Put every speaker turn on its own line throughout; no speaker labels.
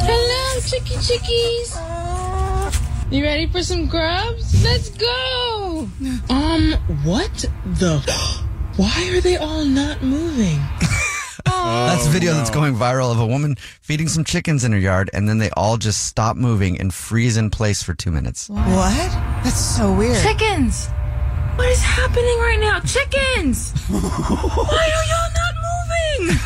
Hello, chicky chickies. You ready for some grubs? Let's go. Um, what the? Why are they all not moving? Oh.
That's a video that's going viral of a woman feeding some chickens in her yard, and then they all just stop moving and freeze in place for two minutes.
What? That's so weird.
Chickens. What is happening right now? Chickens. Why are y'all not moving?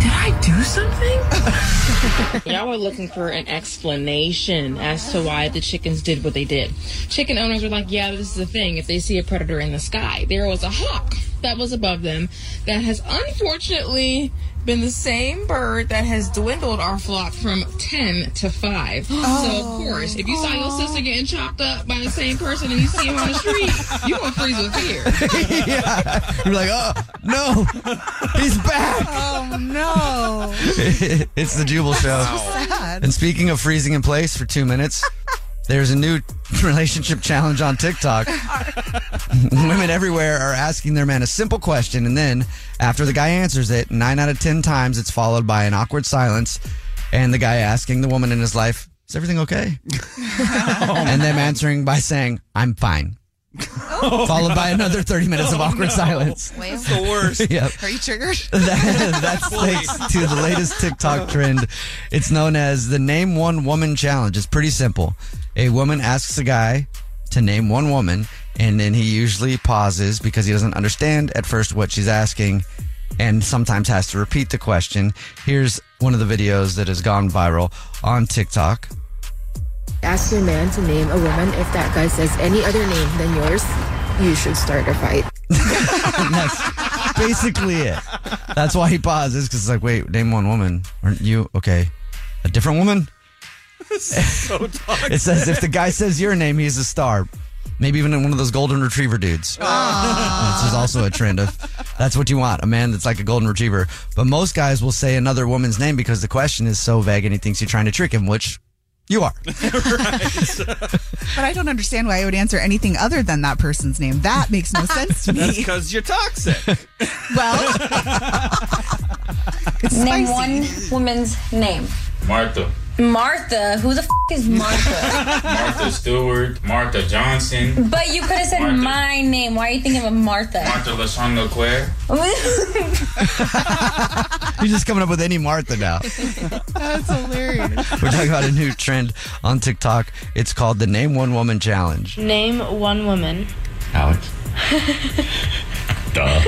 Did I do something? Y'all were looking for an explanation as to why the chickens did what they did. Chicken owners were like, yeah, this is the thing. If they see a predator in the sky, there was a hawk that was above them that has unfortunately been the same bird that has dwindled our flock from 10 to 5.
Oh.
so, of course, if you saw your sister getting chopped up by the same person and you see him on the street, you're going to freeze with fear.
yeah. You're like, oh, no, he's back.
Oh no.
it's the Jubal Show.
Sad.
And speaking of freezing in place for two minutes, there's a new relationship challenge on TikTok. Women everywhere are asking their man a simple question, and then after the guy answers it, nine out of 10 times it's followed by an awkward silence and the guy asking the woman in his life, Is everything okay? and them answering by saying, I'm fine.
Oh,
Followed by another 30 minutes of awkward silence.
Wait,
The worst.
Yep.
are you triggered?
That- that's thanks to the latest TikTok trend. It's known as the Name One Woman Challenge. It's pretty simple. A woman asks a guy to name one woman, and then he usually pauses because he doesn't understand at first what she's asking and sometimes has to repeat the question. Here's one of the videos that has gone viral on TikTok.
Ask your man to name a woman. If that guy says any other name than yours, you should start a fight.
And that's basically it. That's why he pauses because it's like, wait, name one woman. Aren't you okay? A different woman?
So toxic.
It says if the guy says your name, he's a star. Maybe even one of those golden retriever dudes. This is also a trend of that's what you want a man that's like a golden retriever. But most guys will say another woman's name because the question is so vague and he thinks you're trying to trick him, which you are.
But I don't understand why I would answer anything other than that person's name. That makes no sense to
That's
me.
because you're toxic.
Well, it's
Name
spicy.
one woman's name.
Martha.
Martha. Who the f is Martha?
Martha Stewart. Martha Johnson.
but you could have said
Martha.
my name. Why are you thinking of a Martha?
Martha Lashonda Quare.
You're just coming up with any Martha now.
That's hilarious.
We're talking about a new trend on TikTok. It's called the Name One Woman Challenge.
Name one woman.
Alex. Duh.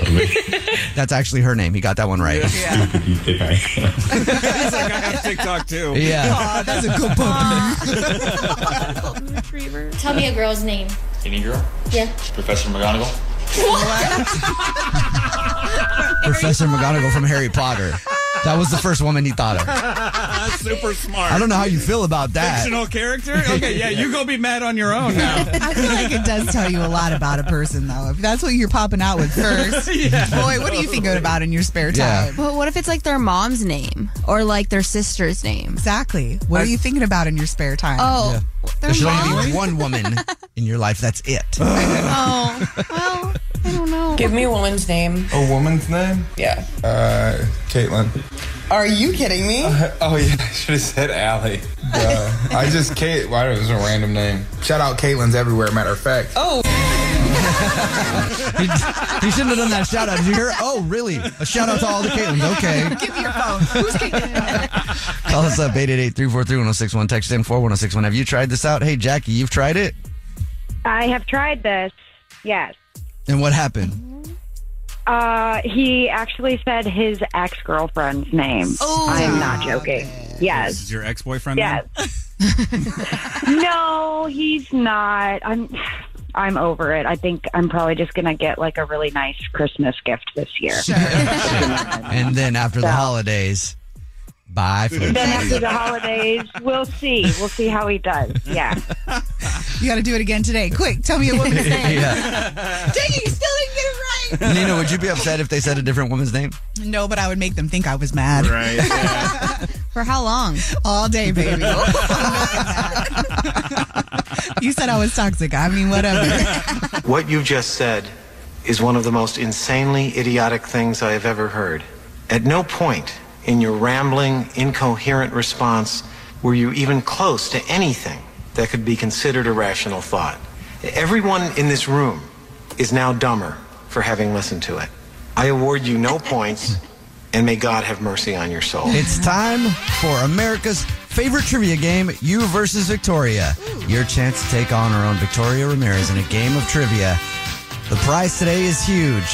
That's actually her name. He got that one right.
you think I
It's like I have TikTok too.
Yeah. Ah.
That's a good puppy.
Tell me a girl's name.
Any girl?
Yeah.
Professor McGonagall?
Professor McGonagall from Harry Potter. That was the first woman he thought of.
Super smart.
I don't know how you feel about that.
Fictional character? Okay, yeah, you go be mad on your own now.
I feel like it does tell you a lot about a person, though. If that's what you're popping out with first,
Yeah,
boy, what are you thinking about in your spare
Yeah.
time?
But what if it's like their mom's name or like their sister's name?
Exactly. What are you thinking about in your spare time?
Oh,
There
their
should
mom.
only be one woman in your life. That's it.
oh, well, I don't know.
Give me a woman's name.
A woman's name?
Yeah.
Uh, Caitlin.
Are you kidding me?
Uh, oh yeah, I should have said Allie. Duh. I just Kate. Why it was a random name. Shout out Caitlin's everywhere. Matter of fact.
Oh.
he, he shouldn't have done that shout out. Did you hear? Oh, really? A shout out to all the Caitlins. Okay.
Give me your phone. Who's
Call us up 888 343 1061. Text in 41061. Have you tried this out? Hey, Jackie, you've tried it?
I have tried this. Yes.
And what happened?
Uh, he actually said his ex girlfriend's name. I'm not joking.
This
Yes.
is your ex boyfriend?
Yes. no, he's not. I'm. I'm over it. I think I'm probably just gonna get like a really nice Christmas gift this year.
And then after the holidays, bye. for
then after the holidays, we'll see. We'll see how he does. Yeah.
You got to do it again today. Quick, tell me a woman's name.
Yeah.
Dang it, you still didn't get it right.
Nina, would you be upset if they said a different woman's name?
No, but I would make them think I was mad. Right. For how long? All day, baby. you said I was toxic. I mean, whatever.
What you just said is one of the most insanely idiotic things I have ever heard. At no point in your rambling, incoherent response were you even close to anything that could be considered a rational thought. Everyone in this room is now dumber for having listened to it. I award you no points, and may God have mercy on your soul.
It's time for America's favorite trivia game, You versus Victoria. Your chance to take on our own Victoria Ramirez in a game of trivia. The prize today is huge.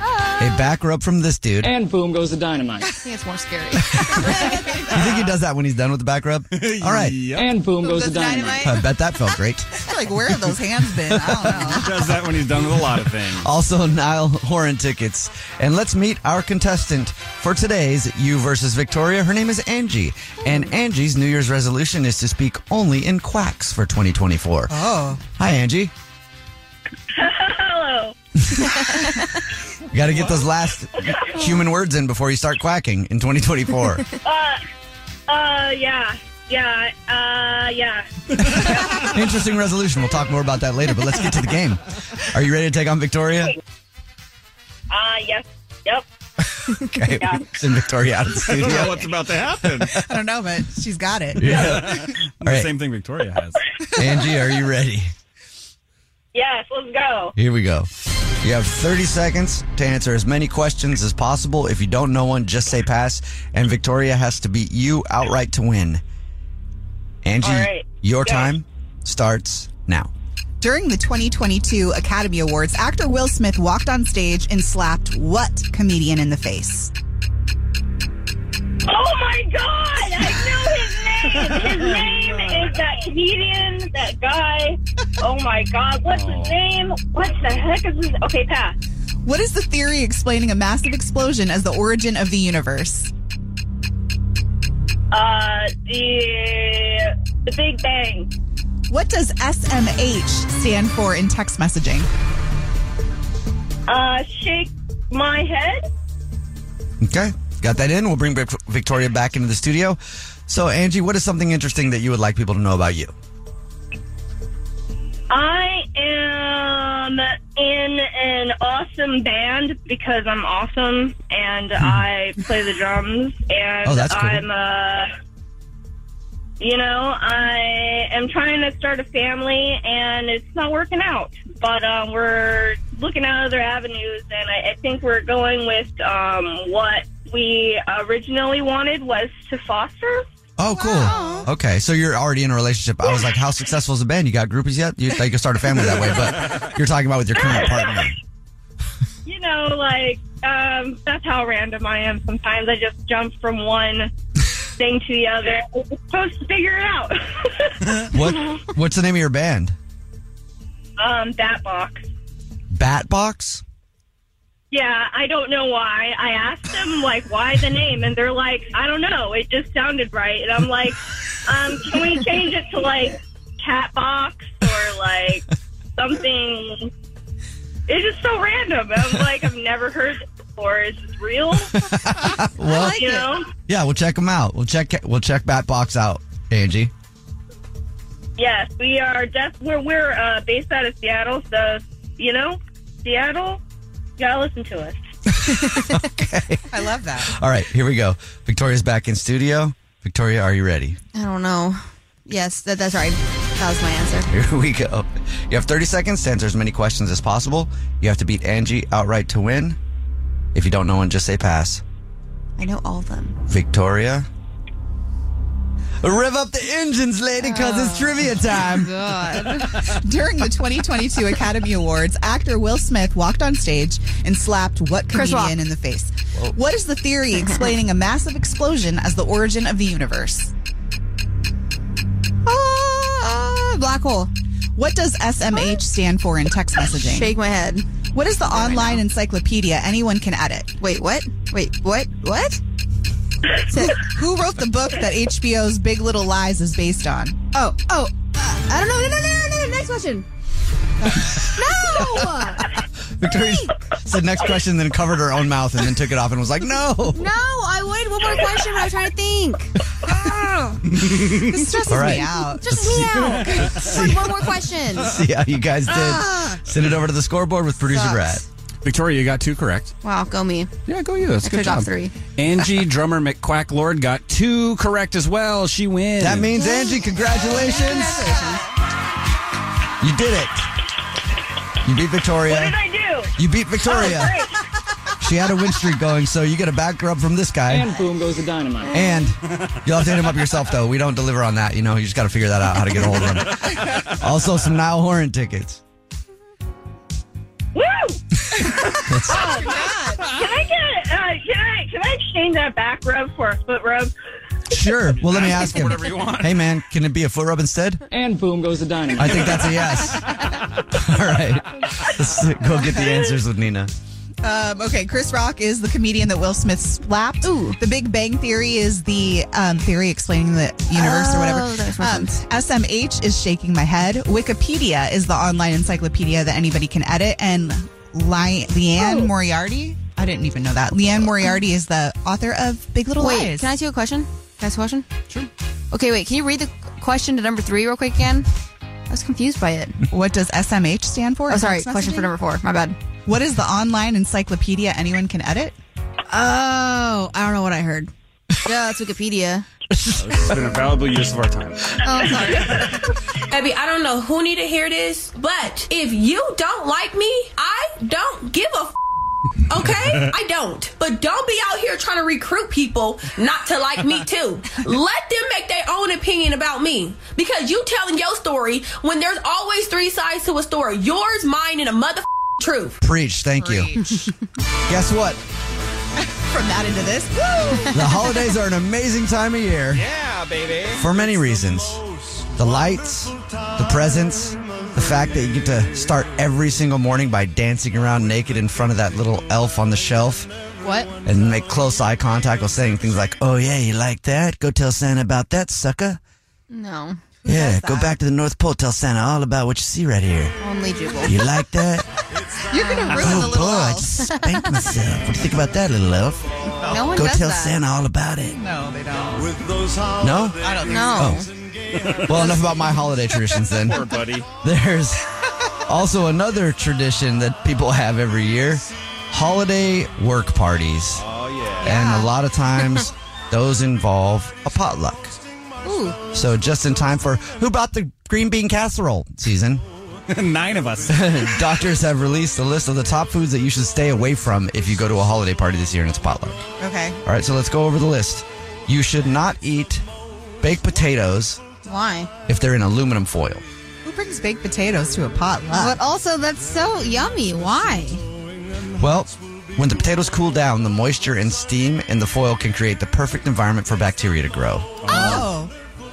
Uh-huh.
A back rub from this dude. You
And boom goes the dynamite.
I think it's more scary.
think he does that when he's done with the back rub? All right.
And boom goes the dynamite.
I bet that felt great.
like, where have those hands been?
Does that when he's done with a lot of things.
Also, Niall Horan tickets. And let's meet our contestant for today's You versus Victoria. Her name is Angie. And Angie's New Year's resolution is to speak only in quacks for 2024.
Oh.
Hi, Angie.
Hello.
You got to get those last human words in before you start quacking in 2024.
Uh, uh, yeah, yeah, uh, yeah.
Interesting resolution. We'll talk more about that later, but let's get to the game. Are you ready to take on Victoria?
Uh, yes, yep.
Okay.
Yeah.
Send Victoria out of the
I
studio.
don't know what's about to happen.
I don't know, but she's got it.
Yeah.
The same thing Victoria has.
Angie, are you ready?
Yes, let's go.
Here we go. You have 30 seconds to answer as many questions as possible. If you don't know one, just say pass. And Victoria has to beat you outright to win. Angie,
All right.
your time starts now.
During the 2022 Academy Awards, actor Will Smith walked on stage and slapped what comedian in the face?
Oh my god, I know his name. His name is that comedian, that guy. Oh my god, what's his name? What the heck is this? Okay, pass.
What is the theory explaining a massive explosion as the origin of the universe?
Uh, the the Big Bang.
What does SMH stand for in text messaging?
Uh, shake my head.
Okay. Got that in. We'll bring Vic- Victoria back into the studio. So, Angie, what is something interesting that you would like people to know about you?
I am in an awesome band because I'm awesome and I play the drums and
Hmm. Oh, that's cool.
I'm uh you know, I am trying to start a family and it's not working out. But um, we're looking at other avenues and I, I think we're going with um, what we originally wanted was to foster.
Oh, cool. Okay. So, you're already in a relationship. I was like, how successful is the band? You got groupies yet? You, you can start a family that way, but you're talking about with your current partner.
you know, like um, that's how random I am. Sometimes I just jump from one thing to the other. I'm supposed to figure it out.
What What's the name of your band?
um, that box.
Bat Box?
Yeah, I don't know why. I asked them like why the name, and they're like, I don't know. It just sounded right, and I'm like, um, can we change it to like cat box or like something? It's just so random. I'm like, I've never heard this before. Is this real?
Well,
you know?
yeah, we'll check them out. We'll check we'll check Batbox out, Angie.
Yes, we are. Def- we're we're uh, based out of Seattle, so you know, Seattle, you gotta listen to us.
I love that.
All right, here we go. Victoria's back in studio. Victoria, are you ready?
I don't know. Yes, that, that's right. That was my answer.
Here we go. You have 30 seconds to answer as many questions as possible. You have to beat Angie outright to win. If you don't know one, just say pass.
I know all of them.
Victoria. Rev up the engines, lady, because it's trivia time.
Oh, During the 2022 Academy Awards, actor Will Smith walked on stage and slapped what
Chris Rock.
comedian in the face? What is the theory explaining a massive explosion as the origin of the universe? Ah, black hole. What does SMH stand for in text messaging?
Shake
my head. What is the online encyclopedia anyone can edit? Wait, what? Wait, what? What? Who wrote the book that HBO's Big Little Lies is based on? Oh, oh, uh, I don't know. No, no, no, no, no. Next question.
Victoria said next question, then covered her own mouth and then took it off and was like, no.
No, I would. One more question, but I'm trying to think. Ah.
This
stresses
All right.
me out.
Let's
Just me
see-
out.
let's
One-
see-
One more question.
See how you guys
Ah.
did. Send it over to the scoreboard with producer
Sucks.
Brad.
Victoria, you got two correct.
Wow, go me.
Yeah, go you. That's
I
a good
took off
job.
three.
Angie Drummer McQuack Lord got two correct as well. She wins.
That means Angie, congratulations. You did it. You beat Victoria.
What did I do?
You beat Victoria.
Oh, great.
She had a win streak going, so you get a back rub from this guy.
And boom goes the dynamite.
And you'll have to hit him up yourself, though. We don't deliver on that. You know, you just got to figure that out how to get a hold of him. Also, some Niall Horan tickets.
Woo! oh, can I get? Uh, can I? Can I exchange that back rub for a foot rub?
Sure. Well, let me ask him.
Whatever you want.
Hey, man, can it be a foot rub instead?
And boom goes the dynamite.
I think that's a yes. All right. Let's go get the answers with Nina.
Um, okay, Chris Rock is the comedian that Will Smith slapped. Ooh. The Big Bang Theory is the um, theory explaining the universe or whatever.
Oh, that makes more
Um, SMH is shaking my head. Wikipedia is the online encyclopedia that anybody can edit. And Li-
Oh.
Leanne Moriarty, I didn't even know that. Leanne Moriarty is the author of Big Little
wait,
Lies.
can I ask you a question? Can I ask a question? Sure. Okay, wait. Can you read the question to number three real quick again? I was confused by it.
What does SMH stand for?
Oh,
in
sorry.
text
Question for
messaging?
number four. My bad.
What is the online encyclopedia anyone can edit?
Oh, I don't know what I heard. Yeah, it's Wikipedia.
It's been a valuable use of our time.
Oh, sorry.
Baby, I don't know who need to hear this, but if you don't like me, I don't give a f- okay? I don't. But don't be out here trying to recruit people not to like me too. Let them make their own opinion about me. Because you telling your story when there's always three sides to a story. Yours, mine, and a mother f- truth.
Preach. Thank you. Guess what?
From that into this.
The holidays are an amazing time of year.
Yeah, baby.
for many reasons the lights, the presents, the fact that you get to start every single morning by dancing around naked in front of that little elf on the shelf
What?
and make close eye contact while saying things like, Oh, yeah, you like that? Go tell Santa about that, sucker.
No.
Yeah, go back to the North Pole, tell Santa all about what you see right here.
Only Jubal.
You like that?
You're gonna
oh, boy, I just spanked myself. What do you think about that, little elf?
No one
go
does
tell
that.
Santa all about it.
No, they don't.
With those
No?
I don't
Oh. Well, enough about my holiday traditions then.
Poor buddy.
There's also another tradition that people have every year holiday work parties. Oh, yeah. And a lot of times those involve a potluck.
Ooh.
So just in time for who bought the green bean casserole season?
Nine of us.
Doctors have released a list of the top foods that you should stay away from if you go to a holiday party this year and it's a potluck.
Okay.
All right, so let's go over the list. You should not eat baked potatoes
Why?
if they're in aluminum foil.
Who brings baked potatoes to a potluck?
But also, that's so yummy. Why?
Well, when the potatoes cool down, the moisture and steam in the foil can create the perfect environment for bacteria to grow.
Oh.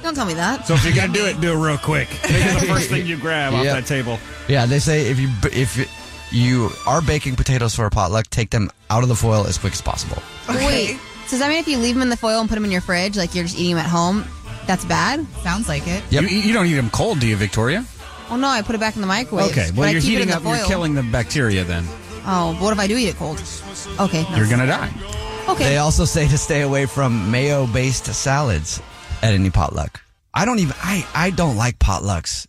Don't tell me that.
So if you're gonna do it, do it real quick. Make it the first thing you grab off
Yeah.
that table.
Yeah, they say if you if you- you are baking potatoes for a potluck, take them out of the foil as quick as possible.
Wait. So does that mean if you leave them in the foil and put them in your fridge, like you're just eating them at home, that's bad? Sounds like it.
You, you don't eat them cold, do you, Victoria?
Oh no, I put it back in the microwave.
Okay.
but
Well,
I
you're
keep it in
heating
the
up. You're
foil.
killing the bacteria. Then
Oh, but what if I do eat it cold? Okay. no.
you're gonna die.
Okay.
They also say to stay away from mayo-based salads at any potluck. I don't even. I I don't like potlucks.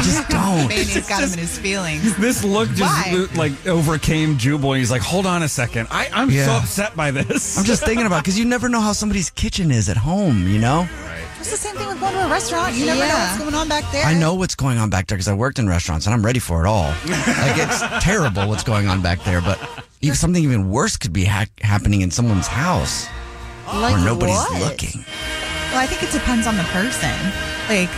just don't.
Manny's got him in his feelings.
This look just
Why?
lo- like overcame Jubal. He's like, "Hold on a second. I, I'm so
Yeah.
upset by this."
I'm just thinking about because you never know how somebody's kitchen is at home. You know.
It's the same thing with going to a restaurant. You never know
Yeah.
what's going on back there.
I know what's going on back there because I worked in restaurants and I'm ready for it all. like it's terrible what's going on back there, but even something even worse could be ha- happening in someone's house
Like
where nobody's
what?
looking.
Well, I think it depends on the person. Like,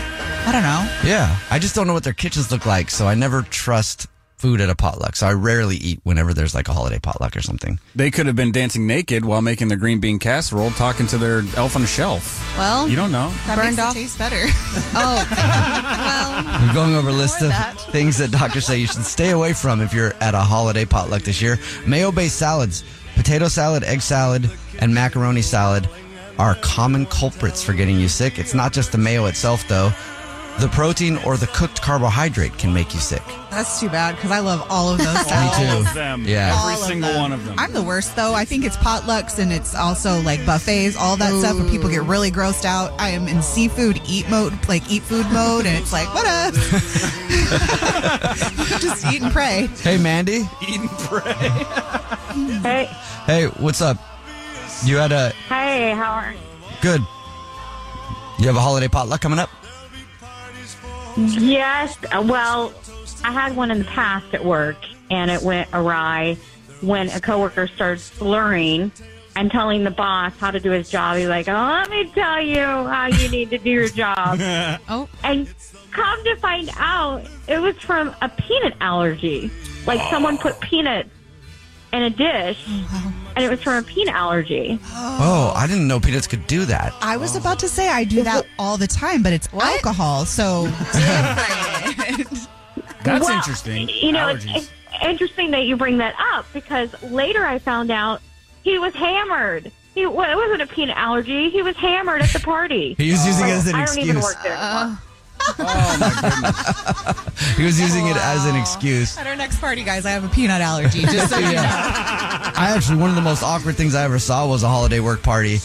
I don't know.
Yeah, I just don't know what their kitchens look like, so I never trust food at a potluck. So I rarely eat whenever there's like a holiday potluck or something.
They could have been dancing naked while making their green bean casserole, talking to their elf on the shelf.
Well,
you don't know.
That
Burned
makes
off.
it taste better. oh, well,
We're going over a list of
that.
things that doctors say you should stay away from if you're at a holiday potluck this year. Mayo based salads, potato salad, egg salad, and macaroni salad are common culprits for getting you sick. It's not just the mayo itself, though. The protein or the cooked carbohydrate can make you sick.
That's too bad because I love all of those.
Me
salads.
too. Yeah.
All of them. I'm the worst though. I think it's potlucks and it's also like buffets, all that stuff where people get really grossed out. I am in seafood eat mode, like eat food mode, and it's like what up? Just eat and pray.
hey, Mandy.
Eat and pray.
Hey,
Hey, what's up? You had a
Hey, how are
good. You have a holiday potluck coming up?
Yes. uh, Well, I had one in the past at work, and it went awry when a coworker started slurring and telling the boss how to do his job. He's like, "Oh, let me tell you how you need to do your job."
oh,
and come to find out, it was from a peanut allergy. Like someone put peanuts in a dish, and it was from a peanut allergy.
Oh, I didn't know peanuts could do that.
I was about to say I do that all the time, but it's alcohol, so
That's
Well,
interesting.
You know, it's,
Allergies.
it's interesting that you bring that up because later I found out he was hammered. He well, it wasn't a peanut allergy. He was hammered at the party.
He was using it as an
I don't even
excuse.
work there. anymore.
He was using it as an excuse.
at our next party, guys, I have a peanut allergy. Just so you know.
I actually one of the most awkward things I ever saw was a holiday work party.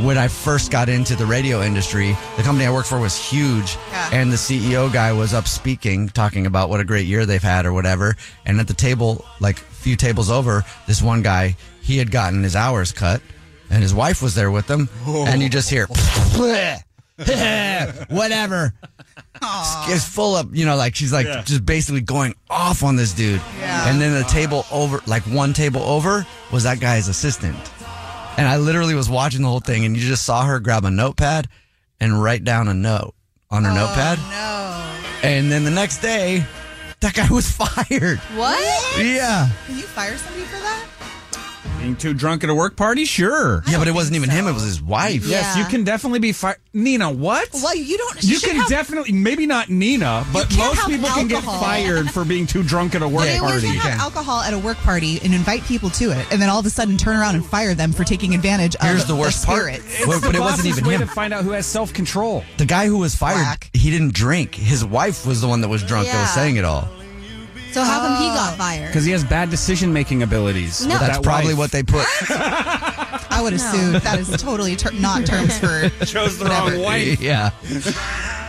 When I first got into the radio industry, the company I worked for was huge, and the CEO guy was up speaking, talking about what a great year they've had or whatever. And at the table, like a few tables over, this one guy he had gotten his hours cut, and his wife was there with him, and you just hear whatever. It's full of, you know, like she's like
Yeah.
just basically going off on this dude. And then the table over, like one table over, was that guy's assistant. And I literally was watching the whole thing, and you just saw her grab a notepad and write down a note on
Oh,
her notepad. No. And then the next day, that guy was fired.
what?
Yeah.
Can you fire somebody for that?
Being too drunk at a work party, sure.
Yeah, but it wasn't even him; it was his wife.
Yes,
Yeah.
you can definitely be fired. Nina, what?
Well, you don't.
You
should
can
have-
definitely, maybe not Nina, but
can't
most
have
people can get
alcohol.
fired for being too drunk at a work
But it-
party.
We can't have alcohol at a work party and invite people to it, and then all of a sudden turn around and fire them for taking advantage of
Here's the worst part.
spirits.
Well, but it wasn't even
way
him.
to find out who has self control.
The guy who was fired, he didn't drink. His wife was the one that was drunk that was
Yeah.
saying it all.
So how come he
Oh.
got fired?
Because he has bad decision making abilities.
No.
with
That's
that
probably
wife.
what they put.
I would assume that is totally ter- not terms for.
Chose the
wrong
wife.
yeah.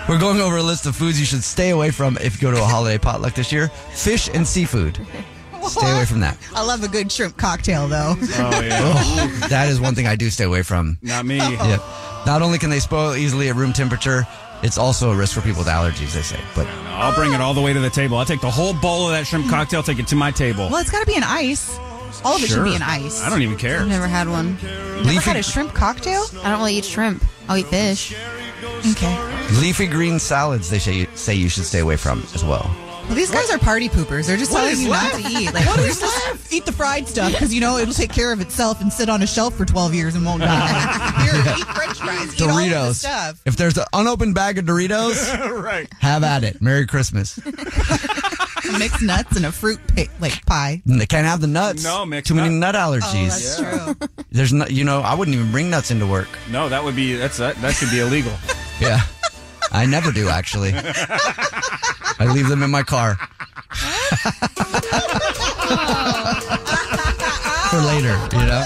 We're going over a list of foods you should stay away from if you go to a holiday potluck this year. Fish and seafood. Stay away from that.
I love a good shrimp cocktail though.
Oh, that is one thing I do stay away from.
Not me.
Yeah. Not only can they spoil easily at room temperature, it's also a risk for people with allergies, they say. But
I'll bring it all the way to the table. I'll take the whole bowl of that shrimp cocktail, take it to my table.
Well, it's got to be an ice. All of it should
Sure.
be an ice.
I don't even care.
I've never had one.
Never had a shrimp cocktail?
I don't really eat shrimp. I'll eat fish.
Okay.
leafy green salads, they say you, say you should stay away from as well.
Well, these guys are party poopers. They're just
What
telling
is
you
left?
not to eat. Like,
What
what
is
is just eat the fried stuff because you know it'll take care of itself and sit on a shelf for 12 years and won't die. Here, eat French fries. Eat all of the
Doritos.
stuff.
If there's an unopened bag of Doritos,
right.
have at it. Merry Christmas.
some mixed nuts and a fruit pi- like pie.
And They can't have the nuts.
No,
mixed
Too many nut
Oh,
allergies.
that's true.
There's no, you know, I wouldn't even bring nuts into work.
No, that would be that's that, that should be illegal.
Yeah. I never do, actually. I leave them in my car. For later, you know?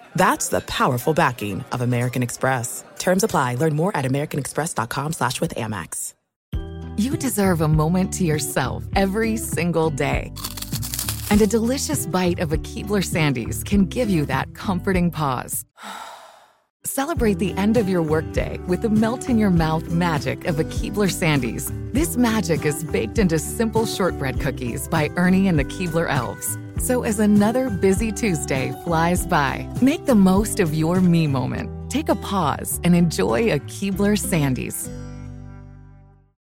That's the powerful backing of American Express. Terms apply. Learn more at americanexpress.com slash with Amex.
You deserve a moment to yourself every single day. And a delicious bite of a Keebler Sandies can give you that comforting pause. Celebrate the end of your workday with the melt in your mouth magic of a Keebler Sandies. This magic is baked into simple shortbread cookies by Ernie and the Keebler Elves. So as another busy Tuesday flies by, make the most of your me moment. Take a pause and enjoy a Keebler Sandies,